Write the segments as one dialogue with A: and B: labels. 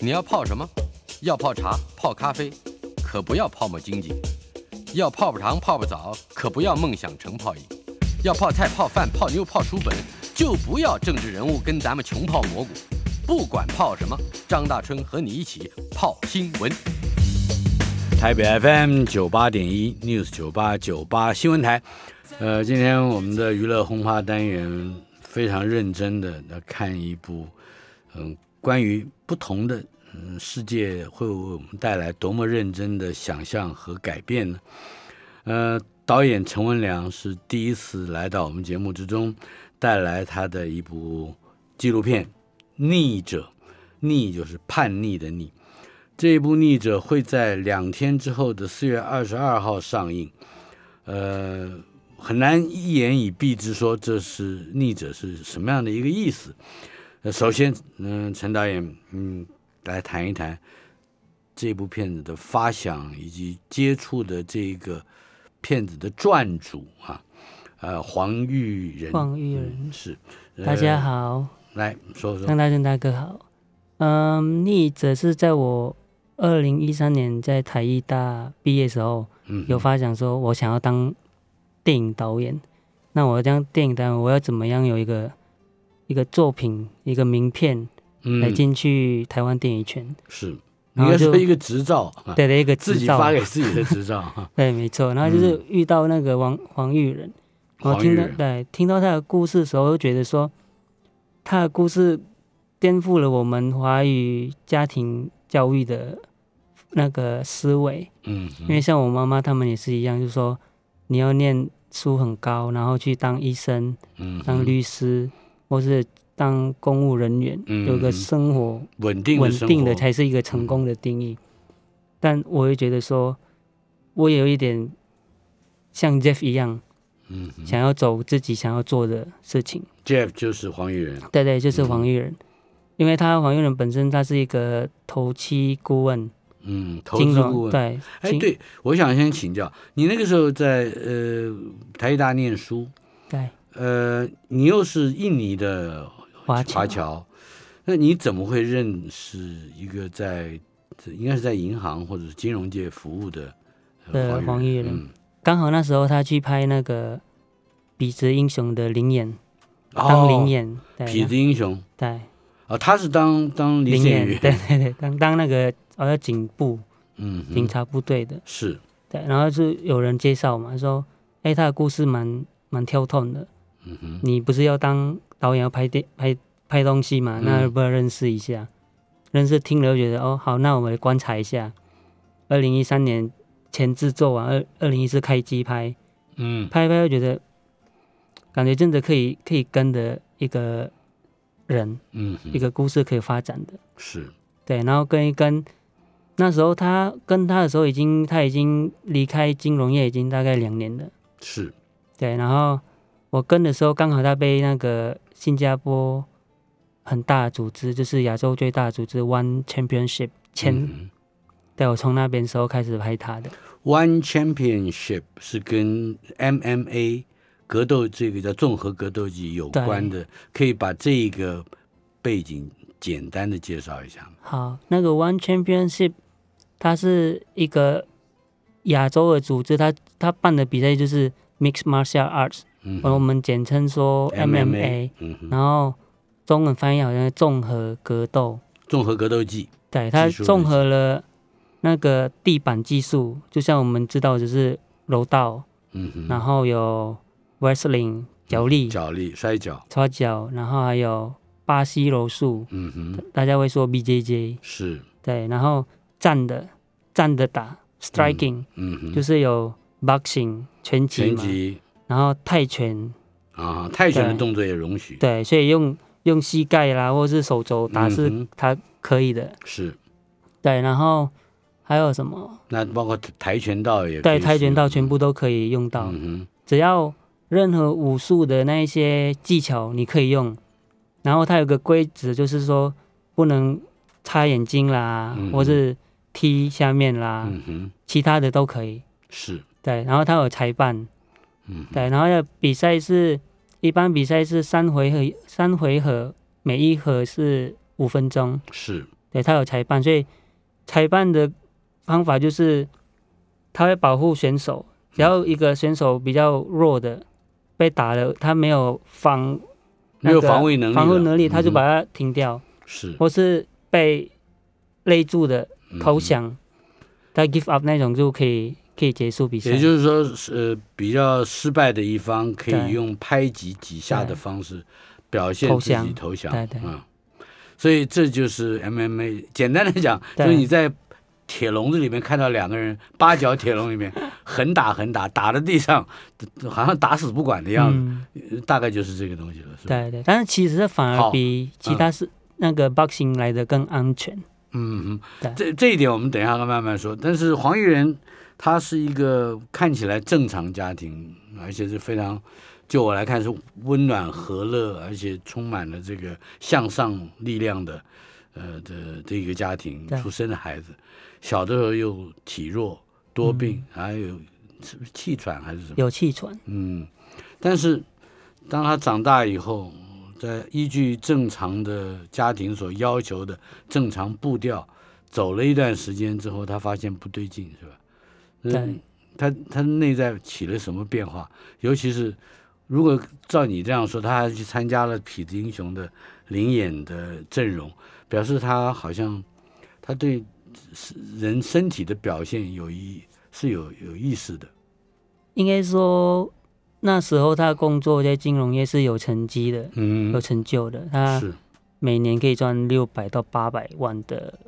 A: 你要泡什么？要泡茶、泡咖啡，可不要泡沫经济；要泡泡糖、泡泡澡，可不要梦想成泡影；要泡菜、泡饭、泡妞、泡书本，就不要政治人物跟咱们穷泡蘑菇。不管泡什么，张大春和你一起泡新闻。
B: 台北 FM 九八点一 News 九八九八新闻台。呃，今天我们的娱乐轰趴单元非常认真的来看一部，嗯，关于不同的嗯世界会为我们带来多么认真的想象和改变呢？呃，导演陈文良是第一次来到我们节目之中，带来他的一部纪录片《逆者》，逆就是叛逆的逆。这一部《逆者》会在两天之后的四月二十二号上映，呃，很难一言以蔽之说这是《逆者》是什么样的一个意思。呃、首先，嗯、陈导演，嗯，来谈一谈这部片子的发想以及接触的这个片子的撰主啊，呃，黄玉仁，
C: 黄玉仁
B: 嗯是，呃
C: 大家，好，
B: 来说说
C: 张大正大哥好。嗯，逆者是在我二零一三年在台艺大毕业的时候，
B: 嗯
C: 有发想说我想要当电影导演。那我当电影导演，我要怎么样有一个一个作品、一个名片来
B: 嗯
C: 进去台湾电影圈？
B: 是，你应
C: 然后
B: 该
C: 就
B: 说一个执照啊，
C: 对的一个
B: 自己
C: 制造
B: 发给自己的执照啊 哈。
C: 对，哎没错。然后就是遇到那个王黄玉仁，我
B: 嗯黄
C: 听
B: 玉
C: 到
B: 仁
C: 对听到他的故事的时候，就觉得说他的故事颠覆了我们华语家庭教育的那个思维。
B: 嗯，
C: 因为像我妈妈他们也是一样，就是说你要念书很高，然后去当医生、
B: 嗯
C: 当律师，或是当公务人员，
B: 嗯
C: 有个
B: 嗯
C: 生活
B: 稳定
C: 稳
B: 的生活
C: 定的才是一个成功的定义。但我会觉得说，我也有一点像 Jeff 一样，
B: 嗯哼
C: 想要走自己想要做的事情。
B: Jeff 就是黄玉仁，
C: 对对，就是
B: 嗯
C: 黄玉仁，因为他黄玉仁本身他是一个投期顾问、
B: 嗯，投
C: 金
B: 资
C: 融
B: 顾问。
C: 对，
B: 哎，
C: 金
B: 对，我想先请教你那个时候在呃台艺大念书，
C: 对
B: 呃，你又是印尼的
C: 华侨
B: 华侨，那你怎么会认识一个在应该是在银行或者是金融界服务的
C: 对
B: 呃
C: 黄
B: 玉
C: 玉
B: 仁？
C: 仁
B: 嗯
C: 刚好那时候他去拍那个《彼得英雄》的灵演，当灵
B: 哦，
C: 演，对
B: 痞子英雄
C: 对
B: 啊，他是当当李
C: 灵
B: 显
C: 演，
B: 宇，
C: 对对对，当当那个好像警部
B: 嗯哼，
C: 警察部队的。
B: 是，
C: 对，然后就有人介绍嘛，说，哎，他的故事蛮蛮跳痛的，
B: 嗯哼，
C: 你不是要当导演要拍电拍拍东西嘛，那
B: 嗯
C: 要不要认识一下？认识听了就觉得哦好，那我们来观察一下。二零一三年前制作完，二二零一四开机拍，
B: 嗯
C: 拍一拍又觉得，感觉真的可以可以跟的一个人、
B: 嗯哼，
C: 一个故事可以发展的。
B: 是，
C: 对，然后跟一跟，那时候他跟他的时候已经他已经离开金融业已经大概两年了，
B: 是，
C: 对，然后我跟的时候刚好他被那个新加坡很大的组织，就是亚洲最大的组织 One Championship 签，
B: 嗯哼
C: 对我从那边时候开始拍他的，
B: One Championship 是跟 MMA 格斗这个叫综合格斗技有关的，可以把这个背景简单的介绍一下吗。
C: 好，那个 One Championship，它是一个亚洲的组织，它它办的比赛就是 Mixed Martial Arts，、
B: 嗯
C: 我
B: 哼
C: 们简称说 MMA。
B: 嗯哼，
C: 然后中文翻译好像是综合格斗，
B: 综合格斗技，
C: 对，它
B: 技术
C: 综合了那个地板技术，就像我们知道就是柔道，
B: 嗯哼，
C: 然后有 wrestling 脚力、
B: 脚力、摔跤，
C: 搓脚，然后还有巴西柔术，
B: 嗯哼，
C: 大家会说 BJJ，
B: 是，
C: 对，然后站的站的打 striking，、
B: 嗯哼，
C: 就是有 boxing 拳击
B: 拳
C: 嘛，
B: 击
C: 然后泰拳，
B: 啊，泰拳的
C: 对
B: 动作也容许，
C: 对，所以用用膝盖啦或是手肘打
B: 嗯
C: 是
B: 哼
C: 它可以的。
B: 是。
C: 对，然后还有什么？
B: 那包括跆拳道也可以
C: 对，跆拳道
B: 是
C: 全部都可以用到，
B: 嗯
C: 只要任何武术的那一些技巧你可以用。然后它有个规则，就是说不能擦眼睛啦，
B: 嗯哼
C: 或是踢下面啦，
B: 哼，嗯哼，
C: 其他的都可以。
B: 是，
C: 对，然后它有裁判，
B: 嗯哼，
C: 对，然后要比赛是一般比赛是三回合，三回合，每一盒是五分钟，
B: 是，
C: 对他有裁判，所以裁判的方法就是他会保护选手，只要一个选手比较弱的被打了，他没有防
B: 没有防卫能力了，
C: 防护能力，他就把
B: 嗯
C: 他停掉，
B: 是
C: 或是被勒住的
B: 嗯
C: 投降，他 give up 那种就可以可以结束比赛。
B: 也就是说，是呃比较失败的一方可以
C: 对
B: 用拍击几下的方式表现
C: 投
B: 自己
C: 降
B: 投降，
C: 对对
B: 嗯，所以这就是 MMA。简单的讲，就
C: 对
B: 是你在铁笼子里面看到两个人八角铁笼里面狠打狠打，打到地上，好像打死不管的样子，
C: 嗯，
B: 大概就是这个东西了，是吧？
C: 对对，但是其实这反
B: 好
C: 而比其
B: 嗯
C: 他是那个 boxing 来的更安全。
B: 嗯
C: 对
B: 哼，这这一点我们等一下慢慢说。但是黄玉仁他是一个看起来正常家庭，而且是非常，就我来看是温暖和乐，而且充满了这个向上力量的，呃的这一个家庭
C: 对
B: 出生的孩子，小的时候又体弱多病，还有是不是气喘还是什么？
C: 有气喘，
B: 嗯，但是当他长大以后，在依据正常的家庭所要求的正常步调走了一段时间之后，他发现不对劲，是吧？嗯，他他内在起了什么变化？尤其是如果照你这样说，他还去参加了《痞子英雄》的领演的阵容，表示他好像他对人身体的表现有意是有有意识的。
C: 应该说那时候他工作在金融业是有成绩的，
B: 嗯
C: 有，成就的。他
B: 是，
C: 每年可以赚六百到八百万的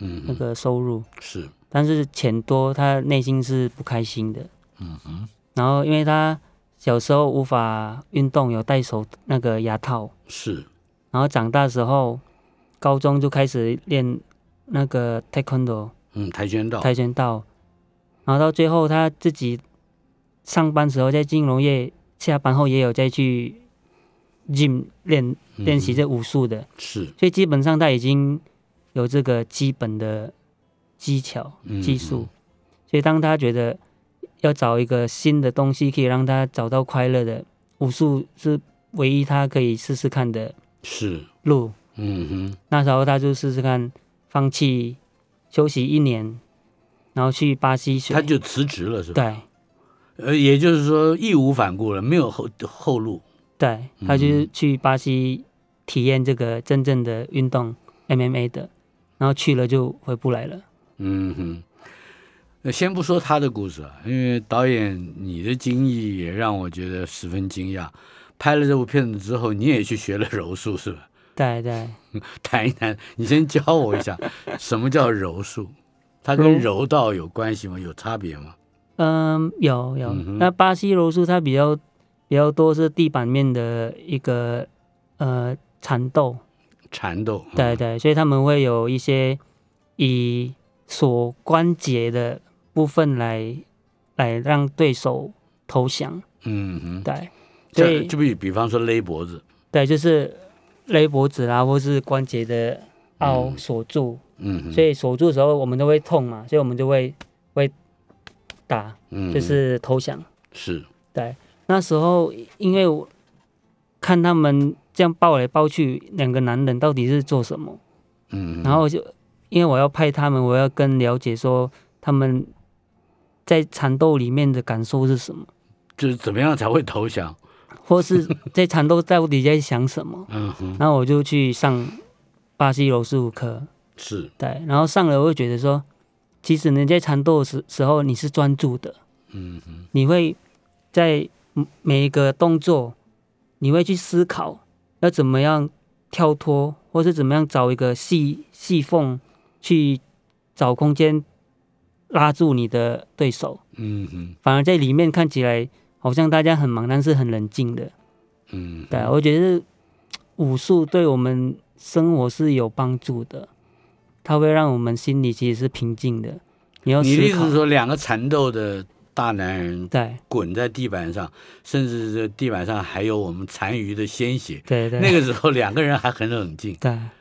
B: 嗯，
C: 那个收入，
B: 是。
C: 但是钱多，他内心是不开心的。嗯然后因为他小时候无法运动，有戴手那个牙套，
B: 是，
C: 然后长大时候，高中就开始练那个 taekwondo
B: 嗯，跆拳道，
C: 跆拳道，然后到最后他自己上班时候在金融业，下班后也有再去 gym 练
B: 嗯
C: 练习这武术的，
B: 是
C: 所以基本上他已经有这个基本的技巧
B: 嗯
C: 技术，所以当他觉得要找一个新的东西可以让他找到快乐的，武术是唯一他可以试试看的
B: 是，
C: 路。
B: 嗯
C: 那时候他就试试看，放弃休息一年，然后去巴西
B: 哼，
C: 学。
B: 他就辞职了，是吧？
C: 对
B: 呃，也就是说义无反顾了，没有后后路。
C: 对，他就是
B: 嗯
C: 去巴西体验这个真正的运动 MMA 的，然后去了就回不来了。
B: 嗯哼，呃先不说他的故事啊，因为导演你的经历也让我觉得十分惊讶。拍了这部片子之后，你也去学了柔术，是吧？
C: 对对，
B: 谈一谈，你先教我一下什么叫柔术，它跟柔道有关系吗？有差别吗？
C: 嗯，有有。
B: 嗯哼
C: 那巴西柔术它比较比较多是地板面的一个呃缠斗，
B: 缠斗，
C: 对对，所以他们会有一些以锁关节的部分来来让对手投降。
B: 嗯哼，
C: 对
B: 这
C: 对
B: 就比比方说勒脖子，
C: 对，就是勒脖子啦，或是关节的凹锁住，
B: 嗯哼，
C: 所以锁住的时候我们都会痛嘛，所以我们就会会打，
B: 嗯哼
C: 就是投降。
B: 是，
C: 对，那时候因为我看他们这样抱来抱去，两个男人到底是做什么？
B: 嗯哼，
C: 然后就因为我要拍他们，我要更了解说他们在缠斗里面的感受是什么，
B: 就是怎么样才会投降？
C: 或 是在缠斗到底在想什么。
B: 嗯哼，
C: 然后我就去上巴西柔术课，
B: 是，
C: 对，然后上了我会觉得说，其实你在缠斗的时时候你是专注的，
B: 嗯哼，
C: 你会在每一个动作，你会去思考要怎么样跳脱，或是怎么样找一个细细缝去找空间拉住你的对手。
B: 嗯哼，
C: 反而在里面看起来好像大家很忙，但是很冷静的。
B: 嗯
C: 对啊，我觉得武术对我们生活是有帮助的，它会让我们心里其实是平静的。你要
B: 哼，你
C: 思
B: 的意思
C: 考
B: 是，说，两个缠斗的大男人
C: 对
B: 滚在地板上，甚至这地板上还有我们残余的鲜血。
C: 对对，
B: 那个时候，两个人还很冷静。
C: 对。啊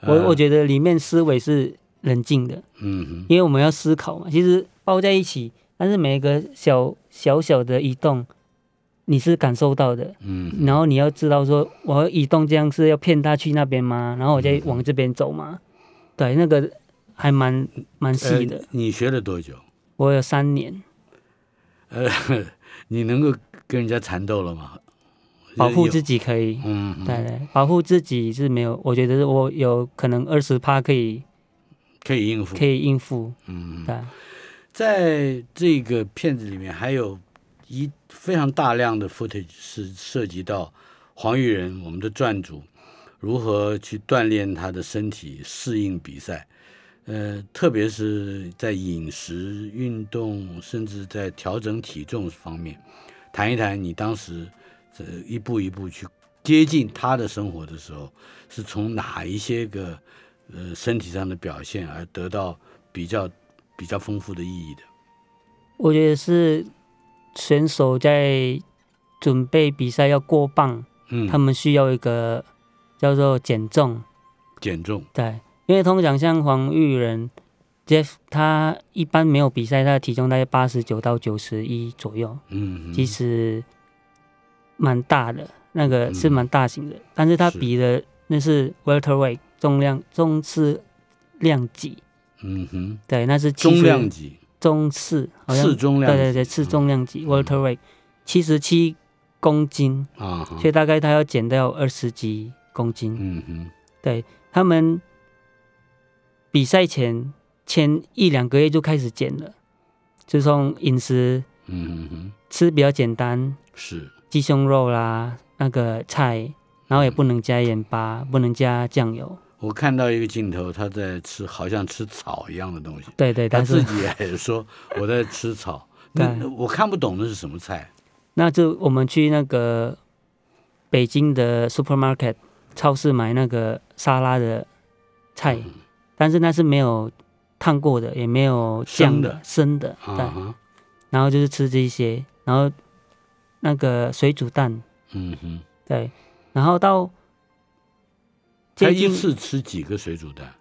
B: 呃
C: 我我觉得里面思维是冷静的，
B: 嗯哼，
C: 因为我们要思考嘛。其实包在一起，但是每一个小小小的移动，你是感受到的。
B: 嗯哼，
C: 然后你
B: 嗯
C: 要知道说，我要移动这样是要骗他去那边吗？然后我再往这边走吗？对，那个还蛮蛮细的。
B: 呃你学了多久？
C: 我有三年
B: 呃，你能够跟人家缠斗了吗？
C: 保护
B: 有
C: 自己可以，
B: 嗯，嗯
C: 对对，保护自己是没有，我觉得是我有可能二十趴可以
B: 可以应付。
C: 可以应付，
B: 嗯，
C: 对，啊
B: 在这个片子里面还有一非常大量的 footage 是涉及到黄玉仁我们的传主如何去锻炼他的身体适应比赛，呃，特别是在饮食、运动，甚至在调整体重方面，谈一谈你当时这一步一步去接近他的生活的时候，是从哪一些个呃身体上的表现而得到比较比较丰富的意义的？
C: 我觉得是选手在准备比赛要过磅，
B: 嗯，
C: 他们需要一个叫做减重，
B: 减重，
C: 对，因为通常像黄玉仁 Jeff 他一般没有比赛，他的体重大概八十九到九十一左右，
B: 嗯，
C: 其实蛮大的，那个是
B: 嗯
C: 蛮大型的，但是他
B: 是
C: 比的那是 welterweight 重量重次量级，
B: 嗯哼，
C: 对，那是70
B: 中量级，
C: 中次，好像
B: 次中量
C: 对
B: 级，嗯
C: 对对次重量级 welterweight 七十七公斤，
B: 啊哈，
C: 所以大概他要减掉二十几公斤。
B: 嗯哼，
C: 他们比赛前前一两个月就开始减了，就从饮食
B: 嗯哼，
C: 吃比较简单，
B: 是，
C: 鸡胸肉啦，那个菜，然后也不能加盐巴，不能加酱油。
B: 我看到一个镜头，他在吃，好像吃草一样的东西。
C: 对对，
B: 他
C: 但
B: 自
C: 是
B: 己也说我在吃草，那
C: 对
B: 我看不懂那是什么菜。
C: 那就我们去那个北京的 supermarket 超市买那个沙拉的菜，
B: 嗯
C: 但是那是没有烫过的，也没有酱的，生的，
B: 啊
C: 对。
B: 哈，
C: 然后就是吃这一些，然后那个水煮蛋，
B: 嗯哼，
C: 对，然后到
B: 他
C: 接
B: 一
C: 近
B: 次吃几个水煮蛋？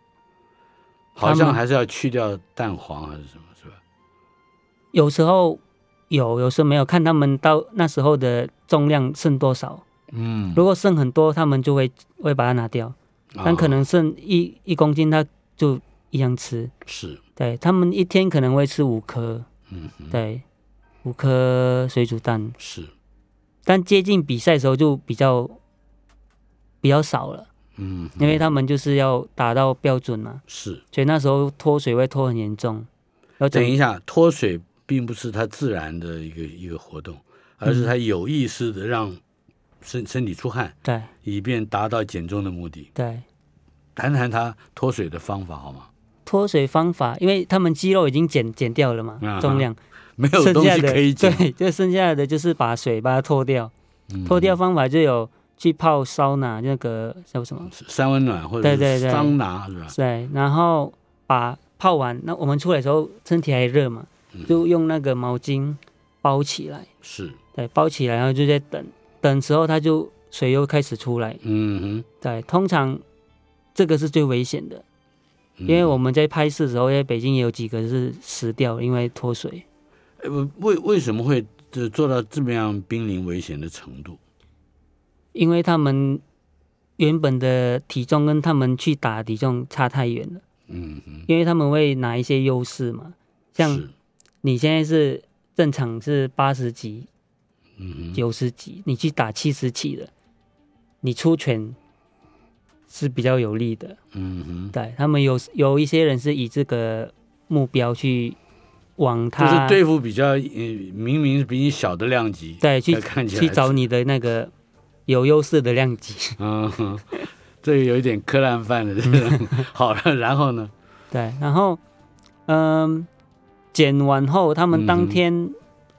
C: 他
B: 好像
C: 们
B: 还是要去掉蛋黄还是什么，是吧？
C: 有时候有，有时候没有，看他们到那时候的重量剩多少。
B: 嗯哦
C: 如果剩很多，他们就会会把它拿掉，但
B: 啊
C: 可能剩一一公斤，他就一样吃。
B: 是，
C: 对他们一天可能会吃五颗，
B: 嗯哼，
C: 对，五颗水煮蛋，
B: 是，
C: 但接近比赛的时候就比较比较少了，
B: 嗯哼，
C: 因为他们就是要达到标准嘛，
B: 是
C: 所以那时候脱水会脱很严重。要
B: 等
C: 整
B: 一下脱水并不是他自然的一个一个活动，而
C: 嗯
B: 是他有意识的让身身体出汗，
C: 对
B: 以便达到减重的目的。
C: 对
B: 谈谈他脱水的方法好吗？
C: 脱水方法，因为他们肌肉已经减减掉了嘛
B: 啊，哈
C: 重量。
B: 没 有
C: 剩
B: 东
C: 下
B: 西
C: 的
B: 可以减，
C: 对， 就剩下的就是把水把它脱掉。脱掉方法就有去泡桑拿那个叫什么？
B: 嗯三温暖或者
C: 对对
B: 是
C: 对
B: 桑拿是吧？
C: 对，然后把泡完，那我们出来的时候身体还热嘛，
B: 嗯
C: 就用那个毛巾包起来，
B: 是，
C: 对，包起来，然后就在等，等时候它就水又开始出来。
B: 嗯
C: 对，通常这个是最危险的，
B: 哼，
C: 因为
B: 嗯
C: 我们在拍摄的时候，在北京也有几个是死掉，因为脱水。
B: 呃为为什么会呃做到这么样濒临危险的程度？
C: 因为他们原本的体重跟他们去打的体重差太远了，
B: 嗯哼，
C: 因为他们会拿一些优势嘛，像
B: 是，
C: 你现在是正常是八十级、
B: 嗯哼，
C: 九十级，你去打七十起的，你出拳是比较有利的。
B: 嗯哼，
C: 对他们有有一些人是以这个目标去往
B: 就
C: 他
B: 是对付比较呃明明比你小的量级，
C: 对去
B: 才看起来
C: 去
B: 是
C: 找你的那个有优势的量级。
B: 嗯，哼，这个有一点柯南范的这种。好了，然后呢？
C: 对，然后，嗯，剪完后，他们
B: 嗯
C: 当
B: 哼
C: 天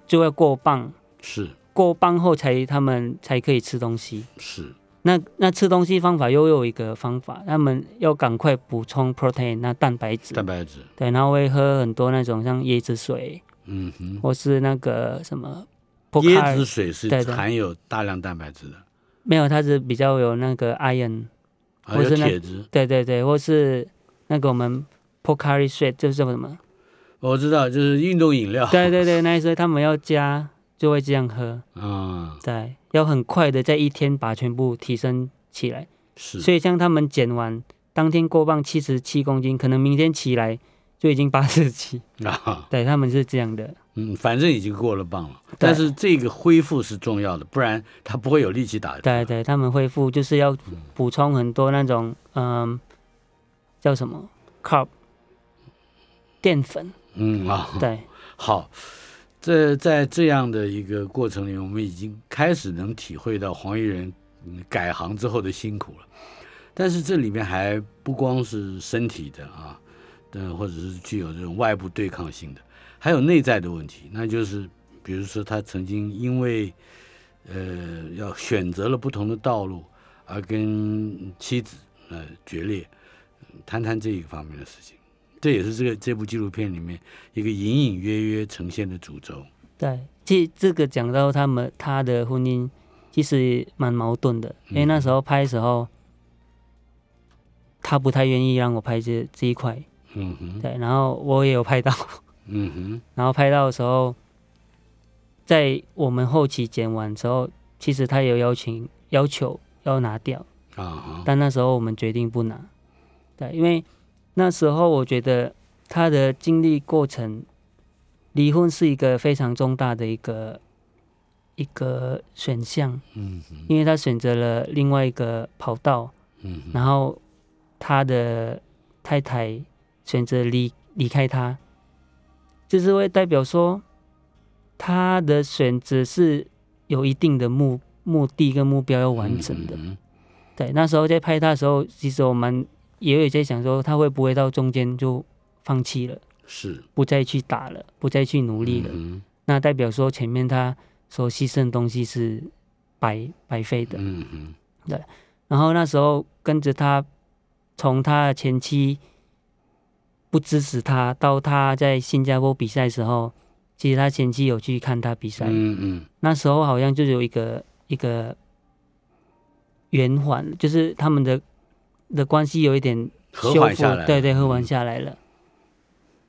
C: 就要过磅，
B: 是
C: 过磅后才他们才可以吃东西。
B: 是，
C: 那那吃东西方法又有一个方法，他们要赶快补充 protein 那蛋白质
B: 蛋，白质，
C: 对，然后会喝很多那种像椰子水
B: 嗯哼，
C: 或是那个什么 Pocari-
B: 椰子水是
C: 对对
B: 含有大量蛋白质的，
C: 没有，它是比较有那个 iron，
B: 还
C: 或
B: 有
C: 是那
B: 铁质。
C: 对对对，或是那个我们 Pocari sweat 就是叫什 么，
B: 哦我知道，就是运动饮料。
C: 对对对，那一些他们要加就会这样喝。
B: 嗯，
C: 对，要很快的在一天把全部提升起来。
B: 是
C: 所以像他们减完，当天过磅七十七公斤，可能明天起来就已经 八十七。
B: 啊，
C: 对，他们是这样的。
B: 嗯，反正已经过了磅了，但是这个恢复是重要的，不然他不会有力气打的。
C: 对对，他们恢复就是要补充很多那种嗯，叫什么 carb 淀粉。
B: 嗯啊，
C: 对
B: 好，这在这样的一个过程里，我们已经开始能体会到黄衣人嗯改行之后的辛苦了。但是这里面还不光是身体的啊，嗯，或者是具有这种外部对抗性的，还有内在的问题，那就是比如说他曾经因为呃要选择了不同的道路，而跟妻子呃决裂，谈谈这一方面的事情。这也是这个这部纪录片里面一个隐隐约约呈现的主轴。
C: 对，其实这个讲到他们他的婚姻，其实蛮矛盾的，因为那时候拍的时候，他不太愿意让我拍这这一块。
B: 嗯哼，
C: 对，然后我也有拍到，
B: 嗯哼，
C: 然后拍到的时候，在我们后期剪完之后，其实他有邀请要求要拿掉，
B: 啊哈，
C: 但那时候我们决定不拿，对，因为那时候我觉得他的经历过程，离婚是一个非常重大的一个一个选项，
B: 嗯哼，
C: 因为他选择了另外一个跑道，
B: 嗯哼，
C: 然后他的太太选择离离开他，就是会代表说他的选择是有一定的目目的跟目标要完成的。
B: 嗯
C: 对，那时候在拍他的时候，其实我们也有在想说，他会不会到中间就放弃了，
B: 哼是
C: 不再去打了，不再去努力了？
B: 嗯
C: 那代表说前面他所牺牲的东西是白白费
B: 哼
C: 的。
B: 嗯哼，
C: 然后那时候跟着他，从他的前妻不支持他，到他在新加坡比赛的时候，其实他前妻有去看他比赛，
B: 嗯嗯
C: 那时候好像就有一个一个圆环，就是他们的的关系有一点
B: 和
C: 修
B: 缓
C: 复
B: 下来了
C: 对对，和缓
B: 嗯
C: 下来了，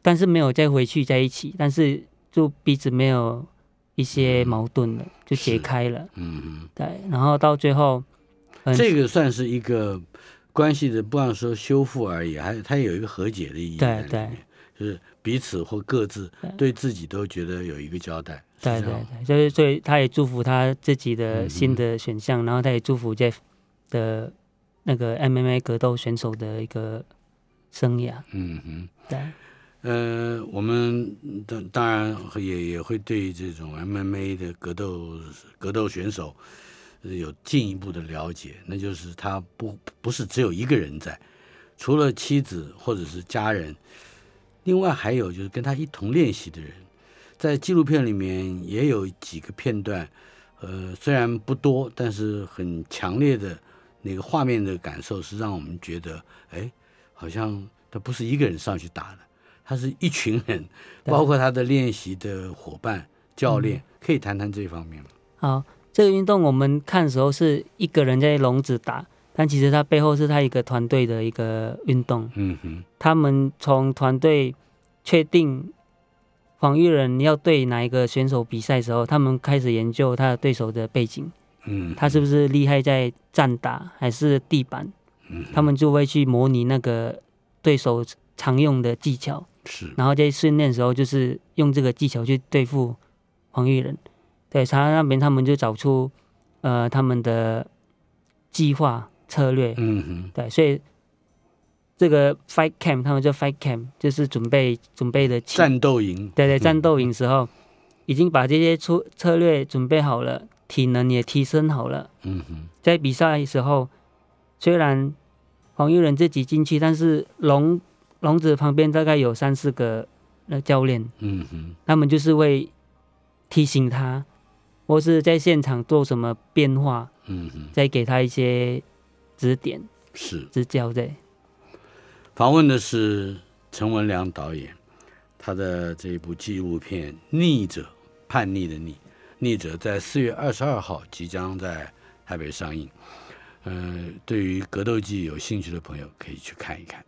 C: 但是没有再回去在一起，但是就彼此没有一些
B: 嗯
C: 矛盾了，就解
B: 是
C: 开了，
B: 嗯
C: 对，然后到最后，嗯
B: 哼，这个算是一个关系的，不光说修复而已，还它有一个和解的意义在
C: 对
B: 里
C: 对
B: 面，就是彼此或各自
C: 对
B: 对自己都觉得有一个交代，是
C: 对
B: 这
C: 对
B: 样吗
C: 对，就是所以他也祝福他自己
B: 嗯
C: 的
B: 嗯
C: 新的选项，然后他也祝福 Jeff 的那个 MMA 格斗选手的一个生涯。
B: 嗯哼。
C: 对，
B: 呃，我们当当然也也会对这种 MMA 的格斗格斗选手呃有进一步的了解，那就是他不不是只有一个人在，除了妻子或者是家人，另外还有就是跟他一同练习的人，在纪录片里面也有几个片段，呃，虽然不多，但是很强烈的那个画面的感受是让我们觉得，哎，好像他不是一个人上去打的。他是一群人，
C: 对
B: 包括他的练习的伙伴、教练，可以谈谈这方面吗？
C: 好，这个运动我们看的时候是一个人在笼子打，但其实他背后是他一个团队的一个运动。
B: 嗯哼，
C: 他们从团队确定黄玉人要对哪一个选手比赛的时候，他们开始研究他的对手的背景，
B: 嗯，
C: 他是不是厉害在站打还是地板。
B: 嗯哼
C: 他们就会去模拟那个对手常用的技巧，
B: 是
C: 然后在训练的时候就是用这个技巧去对付黄玉人。对，他那边他们就找出呃他们的计划策略，
B: 嗯哼，
C: 对，所以这个 fight camp 他们叫 fight camp，就是准备准备的器，
B: 战斗嗯营，
C: 对对，战斗营时候已经把这些出策略准备好了，体能也提升好了。
B: 嗯哼，
C: 在比赛的时候，虽然黄玉人自己进去，但是笼笼子旁边大概有三四个那教练，
B: 嗯哼，
C: 他们就是会提醒他，或是在现场做什么变化，
B: 嗯哼，
C: 再给他一些指点
B: 是。
C: 指教。对，
B: 访问的是陈文良导演，他的这一部纪录片《逆者》，叛逆的逆，逆者在四月二十二号即将在台北上映。呃，对于格斗技有兴趣的朋友可以去看一看。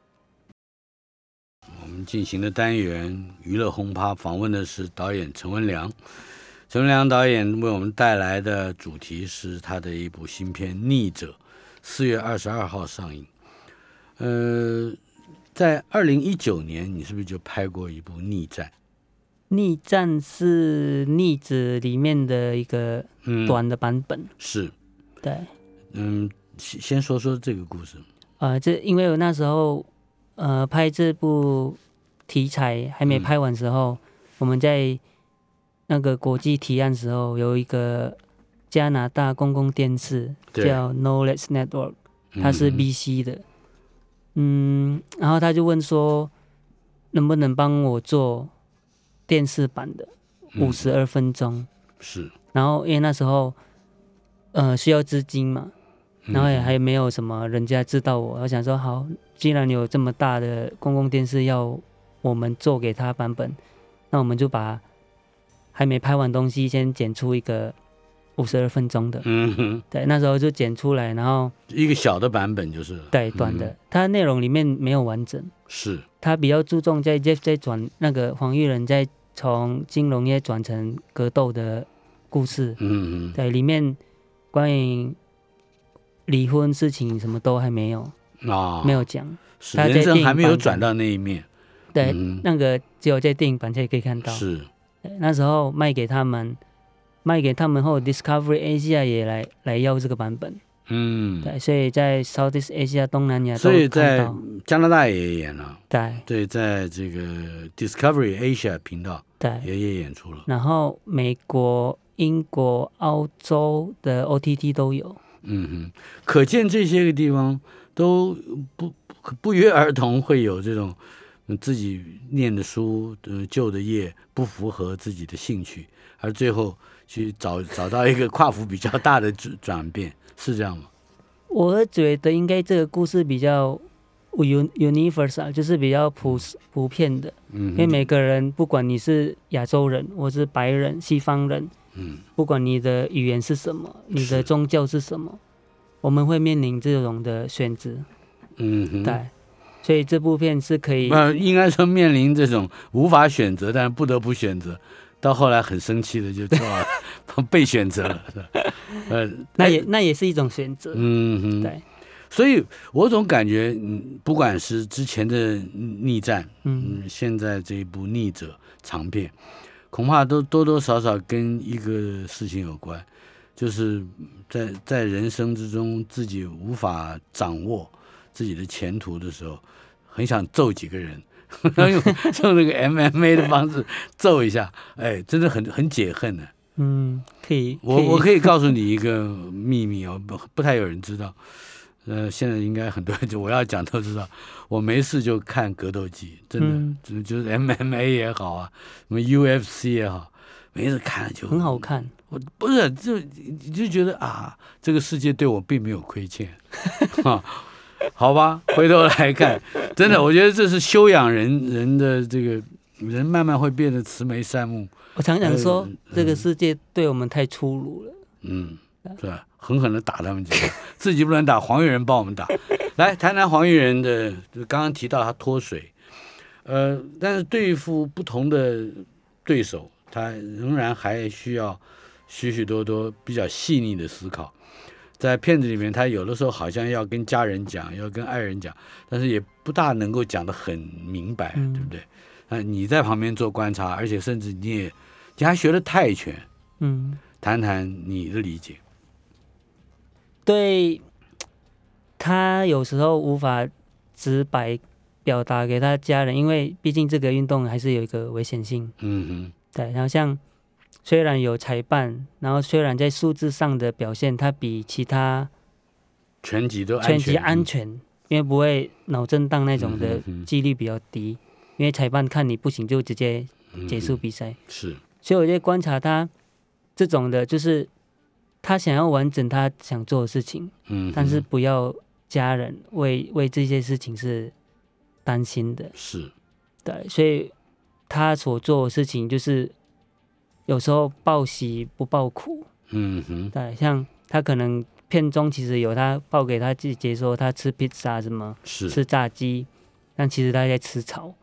B: 我们进行的单元娱乐轰趴访问的是导演陈文良。陈文良导演为我们带来的主题是他的一部新片《逆者》，四月二十二号上映。呃，在二零一九年，你是不是就拍过一部《逆战》？
C: 逆战是逆子里面的一个
B: 嗯，
C: 短的版本，
B: 是，
C: 对，
B: 嗯，先先说说这个故事。
C: 呃，这因为我那时候呃拍这部题材还没
B: 嗯
C: 拍完时候，我们在那个国际提案时候有一个加拿大公共电视
B: 对
C: 叫 Knowledge Network，它是
B: 嗯
C: BC 的，嗯，然后他就问说能不能帮我做电视版的
B: 嗯
C: 五十二分钟，
B: 是，
C: 然后因为那时候呃需要资金嘛，
B: 嗯
C: 然后也还没有什么人家知道我，我想说好，既然你有这么大的公共电视要我们做给他版本，那我们就把还没拍完东西先剪出一个五十二分钟的，
B: 嗯哼，
C: 对，那时候就剪出来，然后
B: 一个小的版本就是了
C: 对短的，它内容里面没有完整，
B: 是，
C: 它比较注重在 Jeff 在转那个黄玉人在从金融业转成格斗的故事，
B: 嗯
C: 对，里面关于离婚事情什么都还没有
B: 嗯啊，
C: 没有讲。
B: 是，
C: 他在
B: 人生还没有
C: 电影版
B: 转到那一面，
C: 对，
B: 嗯
C: 那个只有在电影版才可以看到。
B: 是，
C: 对那时候卖给他们，卖给他们后，Discovery Asia 也来来要这个版本。
B: 嗯，
C: 对，所以在 Southeast Asia 东南亚都
B: 所以
C: 看
B: 在
C: 到。
B: 加拿大也演了，
C: 对
B: 对，在这个 Discovery Asia 频道
C: 对，
B: 也也演出了，
C: 然后美国、英国、澳洲的 OTT 都有。
B: 嗯哼，可见这些个地方都不不不约而同会有这种。嗯自己念的书，呃，就的业不符合自己的兴趣，而最后去找找到一个跨幅比较大的转转变，是这样吗？
C: 我是觉得应该这个故事比较 un universal，就是比较普普遍的。
B: 嗯
C: 因为
B: 哼，
C: 每个人，不管你是亚洲人，或是白人、西方人，
B: 嗯，
C: 不管你的语言是什么，你
B: 是
C: 的宗教是什么，我们会面临这种的选择。
B: 嗯哼，
C: 对，所以这部片是可以，
B: 那应该说面临这种无法选择，但是不得不选择，到后来很生气的就知道 被选择了，是吧呃，
C: 那也那也是一种选择。
B: 嗯哼，
C: 对，
B: 所以我总感觉，嗯，不管是之前的逆战，
C: 嗯，
B: 嗯，现在这一部逆者长片，恐怕都多多少少跟一个事情有关，就是在在人生之中自己无法掌握自己的前途的时候，很想揍几个人。 用用那个 MMA 的方式揍一下，哎，真的很很解恨呢、
C: 嗯，可以，
B: 我我可
C: 可以
B: 以告诉你一个秘密哦，不不太有人知道。呃，现在应该很多人就我要讲都知道。我没事就看格斗技，真的，
C: 嗯
B: 就就是 MMA 也好啊，什么 UFC 也好，没事看了就
C: 很好。看。
B: 我不是就你就觉得啊，这个世界对我并没有亏欠， 哈，好吧，回头来看，真的，我觉得这是修养人人的这个人慢慢会变得慈眉善目，
C: 我常常说
B: 嗯，
C: 这个世界对我们太粗鲁了。
B: 嗯，是吧？狠狠的打他们几个， 自己不能打，黄玉人帮我们打。 来谈谈黄玉人的，就刚刚提到他脱水，呃，但是对付不同的对手，他仍然还需要许许多多比较细腻的思考。在片子里面，他有的时候好像要跟家人讲，要跟爱人讲，但是也不大能够讲得很明白，
C: 嗯
B: 对不对？啊，你在旁边做观察，而且甚至你也，你还学了泰拳，
C: 嗯，
B: 谈谈你的理解。
C: 对，他有时候无法直白表达给他家人，因为毕竟这个运动还是有一个危险性。
B: 嗯
C: 对，然后像虽然有裁判，然后虽然在数字上的表现，它比其他
B: 哼，全集都安全，
C: 拳击安全，因为不会脑震荡那种的
B: 嗯哼哼
C: 几率比较低，因为裁判看你不行就直接
B: 嗯
C: 结束比赛。
B: 是，
C: 所以我在观察他这种的，就是他想要完整他想做的事情，
B: 嗯哼，
C: 但是不要家人为为这些事情是担心的。
B: 是，
C: 对，所以他所做的事情就是有时候报喜不报苦。
B: 嗯哼，
C: 对，像他可能片中其实有他报给他姐姐说他吃披萨什么，
B: 是
C: 吃炸鸡，但其实他在 吃草，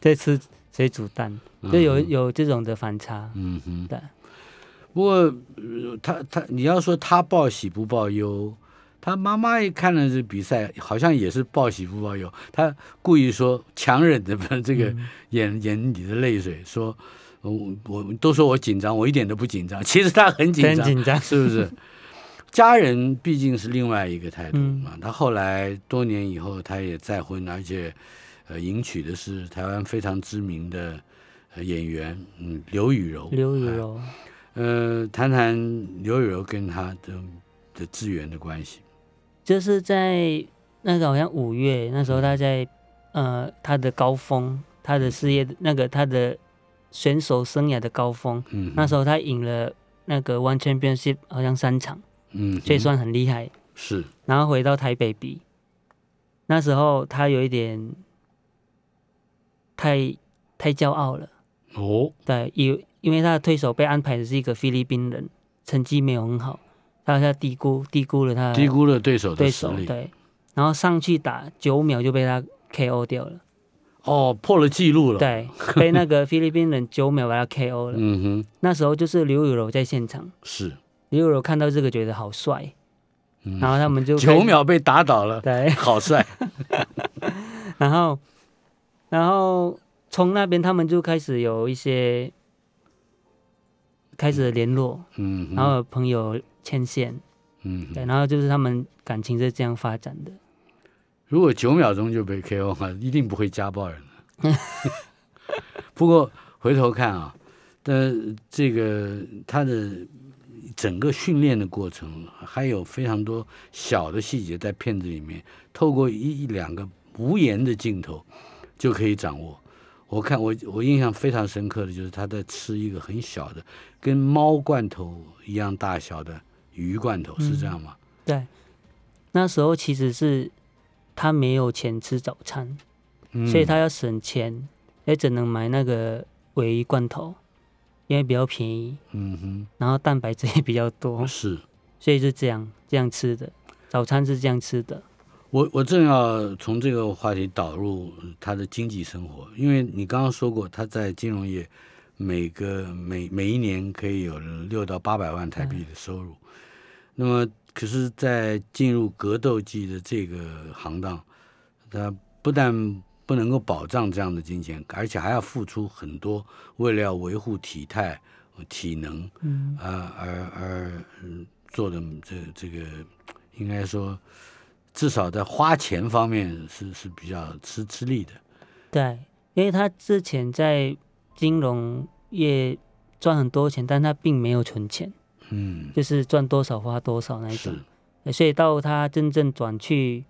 C: 在吃水煮蛋，就有
B: 嗯哼
C: 有这种的反差。
B: 嗯哼，
C: 对，
B: 不过、呃他他你要说他报喜不报忧，他妈妈一看了这比赛，好像也是报喜不报忧，他故意说强忍着把这个眼、眼里的泪水，说呃我我都说我紧张，我一点都不紧张，其实他很紧
C: 真
B: 张，
C: 紧 张，
B: 是不是？家人毕竟是另外一个态度
C: 嗯
B: 嘛。他后来多年以后，他也再婚，而且呃，迎娶的是台湾非常知名的、呃、演员，嗯，刘雨柔。
C: 刘雨
B: 哎
C: 柔，
B: 呃，谈谈刘雨柔跟他的的资源的关系。
C: 就是在那个好像五月那时候，他在呃他的高峰，他的事业那个他的选手生涯的高峰，
B: 嗯哼，
C: 那时
B: 候
C: 候他赢了那个 One Championship 好像三场，
B: 嗯哼，
C: 所以算很厉害。
B: 是
C: 然后回到台北比，那时候他有一点太太骄傲了，
B: 哦，
C: 对，因因为他的对手被安排的是一个菲律宾人，成绩没有很好，他好像低估低估了他的
B: 哦低估了对手的
C: 对
B: 实
C: 手，
B: 力。
C: 对，然后上去打九秒就被他 KO 掉了，
B: 哦，破了记录了。，
C: 对， 被那个菲律宾人九秒把他 KO 了。
B: 嗯哼，
C: 那时候就是刘雨柔在现场，
B: 是。
C: 刘雨柔看到这个觉得好帅，
B: 嗯
C: 然后他们就开始
B: 九秒被打倒了，
C: 对，
B: 好帅。
C: 然后然后从那边他们就开始有一些开始联络，
B: 嗯哼，
C: 然后有朋友牵线，
B: 嗯哼
C: 对，然后就是他们感情是这样发展的。
B: 如果九秒钟就被 KO 哈，一定不会家暴人的。 不过回头看啊，但这个他的整个训练的过程，还有非常多小的细节在片子里面，透过一一两个无言的镜头就可以掌握。我看我我印象非常深刻的就是他在吃一个很小的，跟猫罐头一样大小的鱼罐头，是这样吗？
C: 对，那时候其实是他没有钱吃早餐，
B: 嗯
C: 所以他要省钱，也只能买那个鲔鱼罐头，因为比较便宜，
B: 嗯
C: 然后蛋白质也比较多
B: 哼，是。
C: 所以就这样这样吃的。早餐是这样吃的，
B: 我我正要从这个话题导入呃他的经济生活，因为你刚刚说过他在金融业每个每每一年可以有六到八百万台币的收入，那么可是，在进入格斗技的这个行当，他不但不能够保障这样的金钱，而且还要付出很多，为了要维护体态、呃体能，
C: 嗯，
B: 啊，而而嗯做的这这个，应该说，至少在花钱方面是是比较吃吃力的。
C: 对，因为他之前在金融业赚很多钱，但他并没有存钱，
B: 嗯，
C: 就是赚多少花多少那一
B: 是
C: 种。欸所以到他真正转去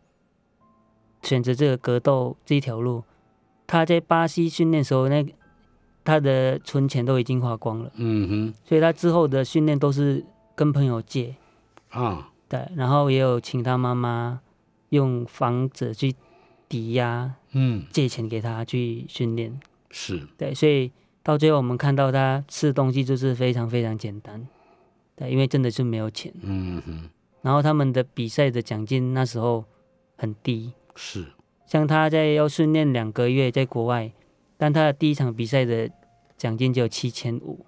C: 选择这个格斗这一条路，他在巴西训练时候，那他的存钱都已经花光了，
B: 嗯
C: 所以他之后的训练都是跟朋友借，
B: 哼啊，
C: 对，然后也有请他妈妈用房子去抵押
B: 嗯
C: 借钱给他去训练，
B: 是
C: 对，所以到最后我们看到他吃东西就是非常非常简单，对，因为真的是没有钱，
B: 嗯哼
C: 然后他们的比赛的奖金那时候很低，
B: 是
C: 像他在要训练两个月，在国外，但他的第一场比赛的奖金只有七千五，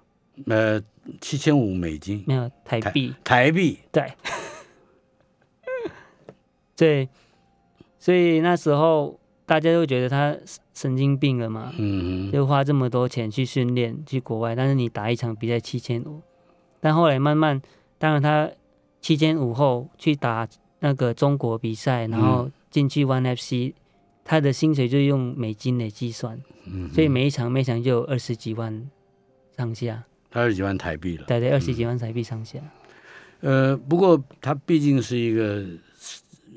B: 呃七千五美金
C: 没有台币。
B: 台币，
C: 对，对，所以那时候大家都觉得他神神经病了嘛，
B: 嗯哼
C: 就花这么多钱去训练去国外，但是你打一场比赛七千五，但后来慢慢，当然他七千五后去打那个中国比赛，然后进去 One FC，他的薪水就用美金来计算，
B: 嗯哼，
C: 所以每一场每一场就有二十几万上下，
B: 二十几万台币了。
C: 大概二十几万台币上下。
B: 呃，不过他毕竟是一个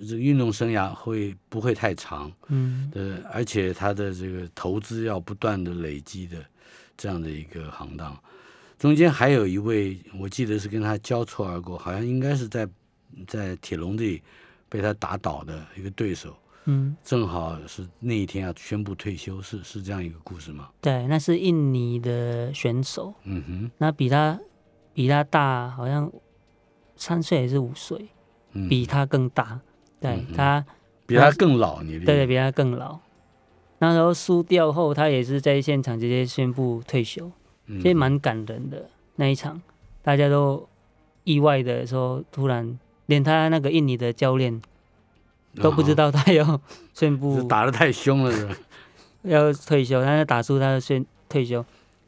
B: 这个运动生涯会不会太长，
C: 嗯，
B: 呃，而且他的这个投资要不断的累积的这样的一个行当，中间还有一位，我记得是跟他交错而过，好像应该是在在铁笼这里被他打倒的一个对手，
C: 嗯，
B: 正好是那一天要宣布退休，是是这样一个故事吗？
C: 对，那是印尼的选手，
B: 嗯哼，
C: 那比他比他大好像三岁还是五岁，
B: 嗯，
C: 比他更大。对
B: 嗯哼
C: 他，
B: 比他更老，你的意思
C: 对对，比他更老。那时候输掉后，他也是在现场直接宣布退休，
B: 嗯
C: 所以蛮感人的那一场，大家都意外的说，突然连他那个印尼的教练都不知道他要
B: 哦
C: 宣
B: 是
C: 布
B: 打得太凶了是吧？
C: 要退休，但是打输他就宣退休，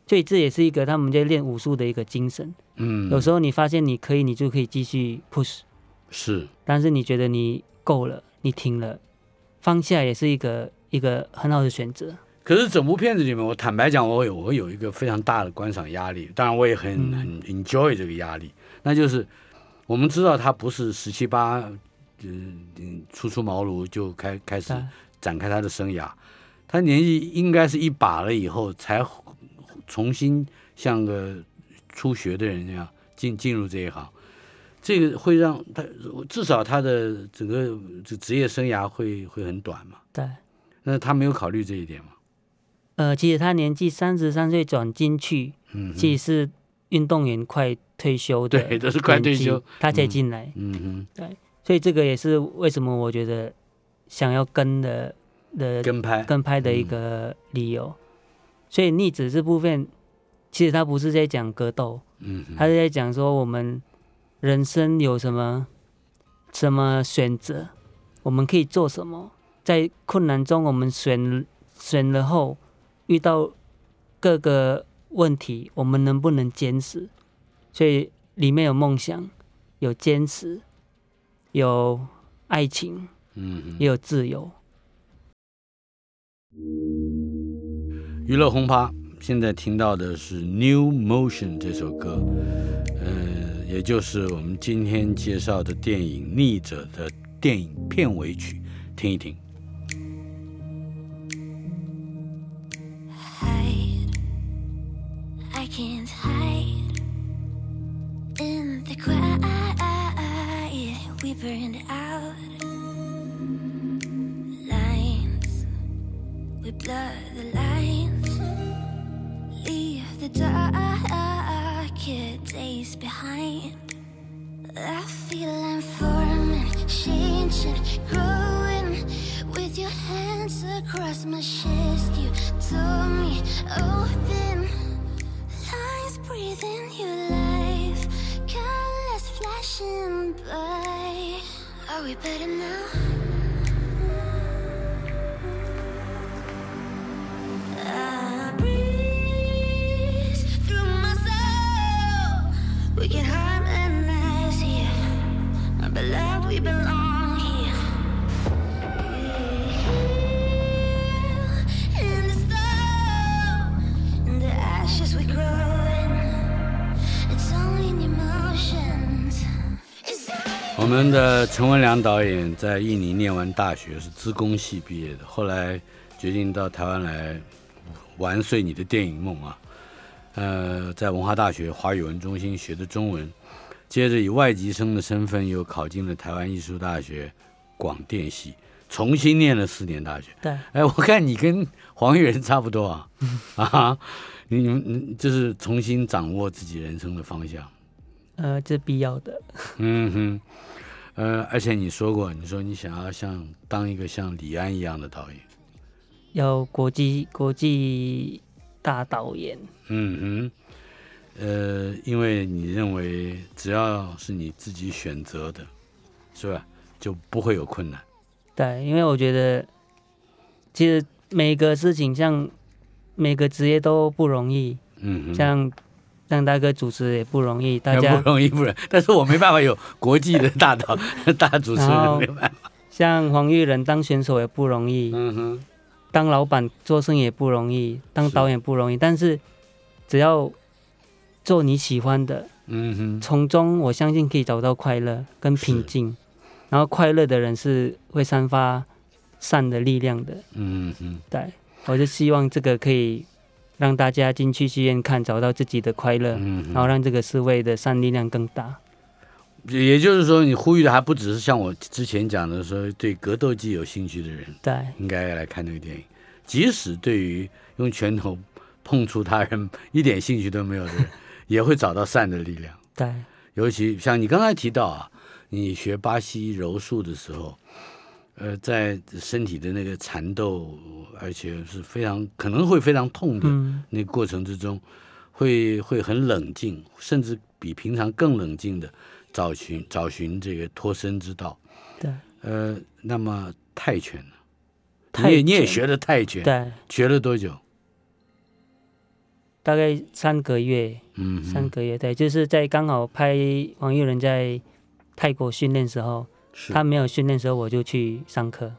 C: 所以这也是一个他们在练武术的一个精神。
B: 嗯，
C: 有时候你发现你可以，你就可以继续 push，
B: 是
C: 但是你觉得你够了，你停了，放下也是一个一个很好的选择。
B: 可是整部片子里面，我坦白讲，我有我有一个非常大的观赏压力，当然我也很
C: 嗯
B: 很 enjoy 这个压力，那就是我们知道他不是十七八，嗯嗯，初出茅庐就开开始
C: 啊
B: 展开他的生涯，他年纪应该是一把了以后才重新像个初学的人那样进进入这一行，这个会让他至少他的整个这职业生涯会会很短嘛，
C: 对，
B: 那他没有考虑这一点嘛？
C: 呃，其实他年纪三十三岁转进去，
B: 嗯哼，
C: 其实是运动员快退休的，
B: 对，都是快退休。，
C: 他才进来，
B: 嗯
C: 所以这个也是为什么我觉得想要跟的的
B: 哼，跟拍，
C: 跟拍的一
B: 嗯
C: 个理由。所以逆子这部分，其实他不是在讲格斗，
B: 嗯哼，
C: 他是在讲说我们人生有什么什么选择，我们可以做什么，在困难中我们选选了后，遇到各个问题，我们能不能坚持？所以里面有梦想，有坚持，有爱情，
B: 嗯
C: 也有自由。
B: 哼，娱乐轰趴。现在听到的是《New Motion》这首歌，呃，也就是我们今天介绍的电影《逆者》的电影片尾曲，听一听。
D: hide. I can't hide in the crowd. We burned out lines. We blur the lines. Leave the darker days behind. I feel I'm forming, changing, growing with your hands across my chest. You told me open lines, breathing your life, colors flashing by. Are we better now? I breathe through my soul. We can harmonize here. I believe we belong here. We heal in the storm, in the ashes we grow in. It's only in emotions. It's only
B: 我们的陈文良导演在印尼念完大学是资工系毕业的，后来决定到台湾来玩碎你的电影梦啊。呃，在文化大学华语文中心学的中文，接着以外籍生的身份又考进了台湾艺术大学广电系，重新念了四年大学。
C: 对，
B: 哎，我看你跟黄玉仁差不多啊，啊，你你你就是重新掌握自己人生的方向。
C: 呃，这必要的。
B: 嗯哼，呃，而且你说过，你说你想要像当一个像李安一样的导演。
C: 要国际国际大导演，
B: 嗯哼，呃，因为你认为只要是你自己选择的，是吧，就不会有困难。
C: 对，因为我觉得其实每个事情像每个职业都不容易，
B: 嗯哼，
C: 像像大哥主持也不容易，大
B: 那
C: 家
B: 不容易，不容易。 但是我没办法有国际的大导 大主持
C: 然后
B: 人，没办法。
C: 像黄玉仁当选手也不容易，
B: 嗯哼，
C: 当老板做生意也不容易，当
B: 是
C: 导演不容易，但是只要做你喜欢的，
B: 嗯哼，
C: 从中我相信可以找到快乐跟
B: 是
C: 平静，然后快乐的人是会散发善的力量的。
B: 嗯哼，
C: 对，我就希望这个可以让大家进去戏院看，找到自己的快乐，
B: 嗯
C: 然后
B: 哼。
C: 让这个社会的善力量更大。
B: 也就是说，你呼吁的还不只是像我之前讲的说，对格斗技有兴趣的人。
C: 对，
B: 应该来看这个电影。即使对于用拳头碰触他人一点兴趣都没有的人，也会找到善的力量。
C: 对，
B: 尤其像你刚才提到啊，你学巴西柔术的时候，呃，在身体的那个缠斗，而且是非常可能会非常痛的
C: 嗯，
B: 那个过程之中，会会很冷静，甚至比平常更冷静的找寻找寻这个脱身之道。
C: 对
B: 呃，那么泰拳呢？
C: 泰
B: 你也你也
C: 拳
B: 学了泰拳，
C: 对，
B: 学了多久？
C: 大概三个月，
B: 嗯哼，
C: 三个月，对，就是在刚好拍王玉仁在泰国训练时候，
B: 是
C: 他没有训练时候我就去上课，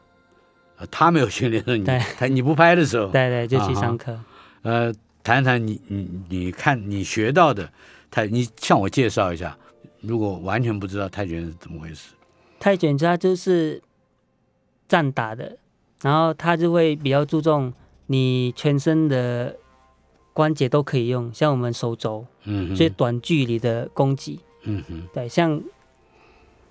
B: 呃他没有训练的时候，你
C: 对
B: 他你不拍的时候，
C: 对对，就去
B: 啊哈
C: 上课。
B: 呃，谈谈你你你看你学到的泰，你向我介绍一下，如果完全不知道泰拳是怎么回事，
C: 泰拳它就是站打的，然后它就会比较注重你全身的关节都可以用，像我们手肘，
B: 嗯
C: 所以
B: 哼，
C: 短距离的攻击，
B: 嗯哼，
C: 对，像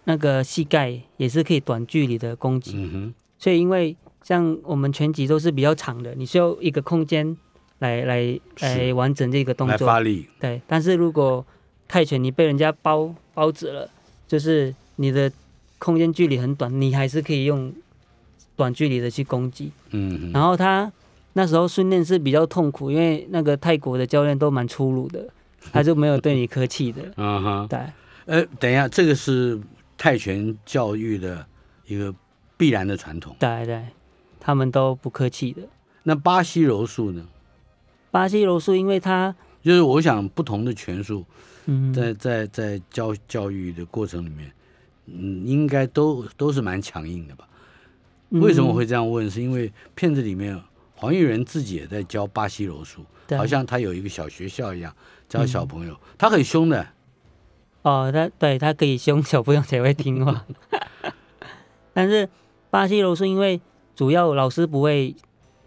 C: 那个膝盖也是可以短距离的攻击，
B: 嗯哼，
C: 所以因为像我们拳击都是比较长的，你需要一个空间来来来完整这个动
B: 来
C: 作，
B: 发力，
C: 对，但是如果泰拳你被人家包包着了，就是你的空间距离很短，你还是可以用短距离的去攻击。
B: 嗯
C: 然
B: 哼，。
C: 后他那时候训练是比较痛苦，因为那个泰国的教练都蛮粗鲁的，他就没有对你客气的
B: 嗯哼，
C: 对，
B: 呃，等一下，这个是泰拳教育的一个必然的传统。
C: 对对，他们都不客气的。
B: 那巴西柔术呢？
C: 巴西柔术，因为他
B: 就是我想不同的拳术
C: 嗯，
B: 在在在教教育的过程里面，嗯，应该都都是蛮强硬的吧？
C: 嗯
B: 为什么会这样问？是因为片子里面黄玉仁自己也在教巴西柔术，
C: 对嗯
B: 好像他有一个小学校一样教小朋友，他很凶的，
C: 哦，他对他可以凶小朋友才会听话， 但是巴西柔术因为主要老师不会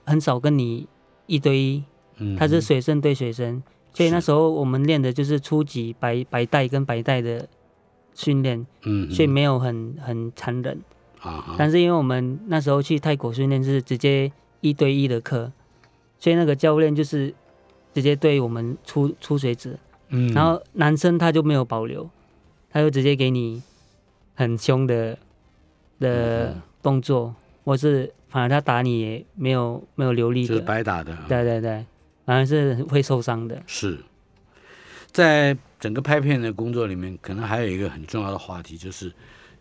C: 很少跟你一对一，
B: 嗯，
C: 他是学生对学生，所以那时候我们练的就是初级白白带跟白带的训练，
B: 嗯，
C: 所以
B: 嗯
C: 没有很很残忍。
B: 啊哈，
C: 但是因为我们那时候去泰国训练是直接一对一的课，所以那个教练就是直接对我们出出水子，
B: 嗯
C: 然后男生他就没有保留，他就直接给你很凶的
B: 嗯
C: 的动作，或是反而他打你也没有没有流力
B: 就
C: 的
B: 是，白打的，
C: 对对对，反而是会受伤的。
B: 是在整个拍片的工作里面，可能还有一个很重要的话题，就是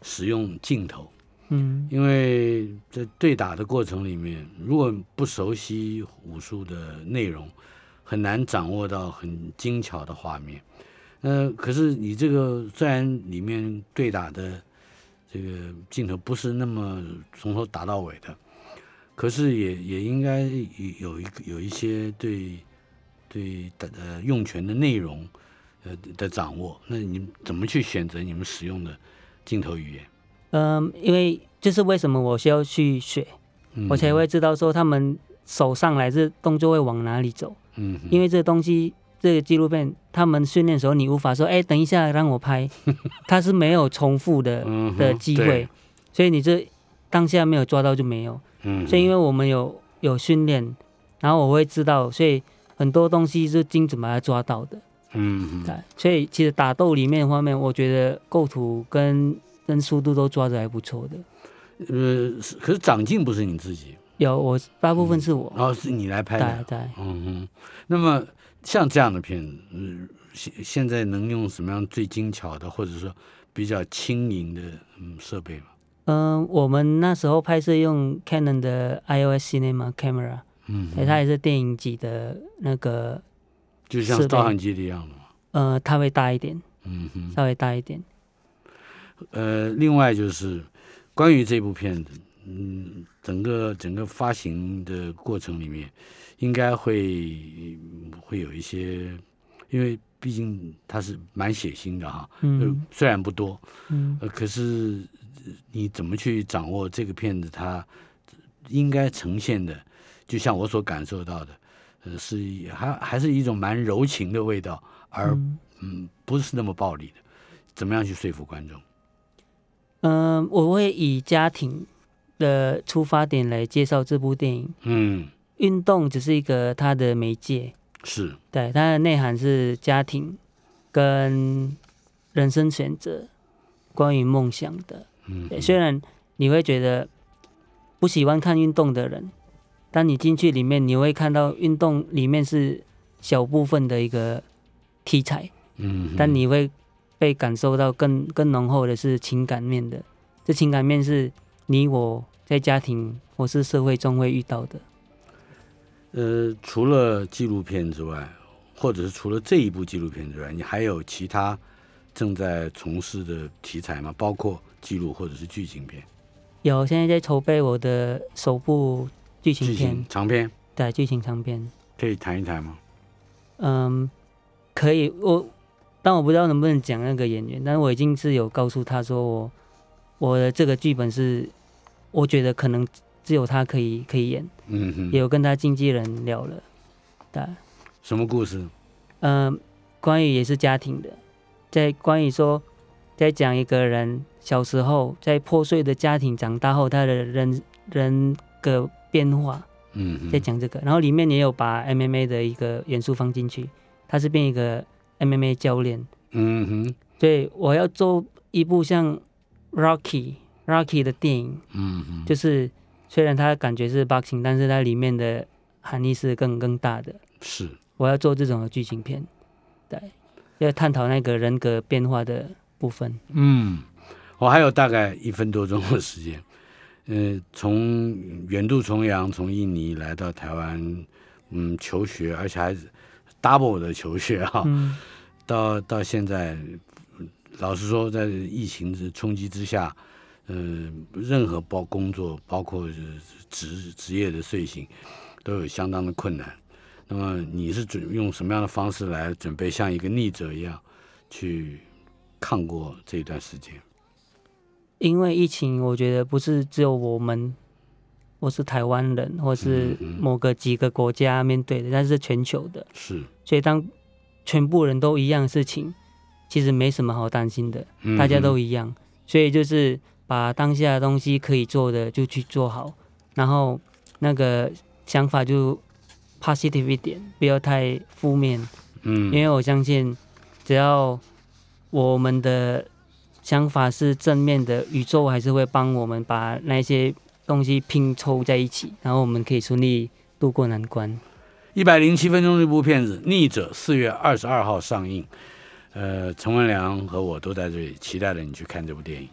B: 使用镜头。
C: 嗯，
B: 因为在对打的过程里面，如果不熟悉武术的内容，很难掌握到很精巧的画面。呃，可是你这个虽然里面对打的这个镜头不是那么从头打到尾的，可是也也应该有一个有一些对对打呃用拳的内容呃的掌握。那你们怎么去选择你们使用的镜头语言？
C: 嗯，因为就是为什么我需要去学，
B: 嗯
C: 我才会知道说他们手上来这动作会往哪里走，
B: 嗯哼
C: 因为这东西。这个纪录片，他们训练的时候，你无法说，哎，等一下让 我拍，它是没有重复的
B: 嗯哼
C: 的机会，，所以你这当下没有抓到就没有。
B: 嗯，
C: 所以因
B: 为
C: 为我们有有训练，然后我会知道，所以很多东西是精准把它抓到的。
B: 嗯
C: 对
B: 哼，
C: 所以其实打斗里面的方面，我觉得构图跟跟速度都抓的还不错的。
B: 呃，是可是长进不是你自己，
C: 有我大部分是我，
B: 然后是你来拍
C: 对
B: 的，
C: 对，
B: 嗯哼。那么像这样的片子，嗯，现现在能用什么样最精巧的，或者说比较轻盈的嗯设备吗？
C: 嗯、我们那时候拍摄用 Canon 的 IOS Cinema Camera，
B: 嗯
C: 对
B: 哼，
C: 它也是电影级的那个，
B: 就像
C: 设备
B: 照相机的样子嘛，
C: 呃，它会大一点，
B: 嗯哼。
C: 稍微大一点。
B: 呃，另外就是关于这部片子，嗯，整个整个发行的过程里面，应该会嗯会有一些，因为毕竟它是蛮血腥的哈，
C: 嗯
B: 呃虽然不多，
C: 嗯，
B: 呃，可是呃你怎么去掌握这个片子它呃应该呈现的，就像我所感受到的，呃，是一还还是一种蛮柔情的味道，而嗯
C: 嗯
B: 不是那么暴力的，怎么样去说服观众？
C: 嗯、我会以家庭的出发点来介绍这部电影。
B: 嗯。
C: 运动只是一个它的媒介，
B: 是，
C: 对它的内涵是家庭跟人生选择，关于梦想的。
B: 嗯
C: 对，虽然你会觉得不喜欢看运动的人，当你进去里面，你会看到运动里面是小部分的一个题材，
B: 嗯哼，
C: 但你会被感受到更更浓厚的是情感面的，这情感面是你我在家庭或是社会中会遇到的。
B: 呃，除了纪录片之外，或者是除了这一部纪录片之外，你还有其他正在从事的题材吗？包括纪录或者是剧情片、
C: 有，现在在筹备我的首部剧情
B: 剧情
C: 片，
B: 长片，
C: 对，剧情长片。
B: 可以谈一谈吗？
C: 嗯，可以，我但我不知道能不能讲那个演员，但是我已经是有告诉他说我我的这个剧本是，我觉得可能只有他可以可以演，
B: 嗯哼，
C: 也有跟他经纪人聊了，对，
B: 什么故事？
C: 嗯，关于也是家庭的，在关于说在讲一个人小时候在破碎的家庭长大后他的人人格变化，
B: 嗯哼，
C: 在讲这个，然后里面也有把 MMA 的一个元素放进去，他是变一个 MMA 教练，
B: 嗯哼，
C: 所以我要做一部像 Rocky Rocky 的电影，
B: 嗯哼，
C: 就是虽然它感觉是 boxing，但是它里面的含义是更更大的。
B: 是
C: 我要做这种的剧情片，对，要探讨那个人格变化的部分。
B: 嗯，我还有大概一分多钟的时间。呃，从远渡重洋，从印尼来到台湾，嗯，求学，而且还是 double 的求学啊哈、
C: 嗯，
B: 到到现在，嗯老实说，在疫情之冲击之下，呃，任何包工作，包括呃职职业的睡醒，都有相当的困难。那么你是准用什么样的方式来准备像一个逆者一样去抗过这一段时间？
C: 因为疫情，我觉得不是只有我们，我是台湾人，或是
B: 嗯
C: 某个几个国家面对的，但是全球的。
B: 是，
C: 所以当全部人都一样的事情，其实没什么好担心的，
B: 嗯
C: 大家都一样。所以就是把当下的东西可以做的就去做好，然后那个想法就 positive 一点，不要太负面，
B: 嗯
C: 因为我相信，只要我们的想法是正面的，宇宙还是会帮我们把那些东西拼凑在一起，然后我们可以顺利度过难关。
B: 一百零七分钟这部片子《逆者》四月二十二号上映。呃，陈文良和我都在这里，期待着你去看这部电影。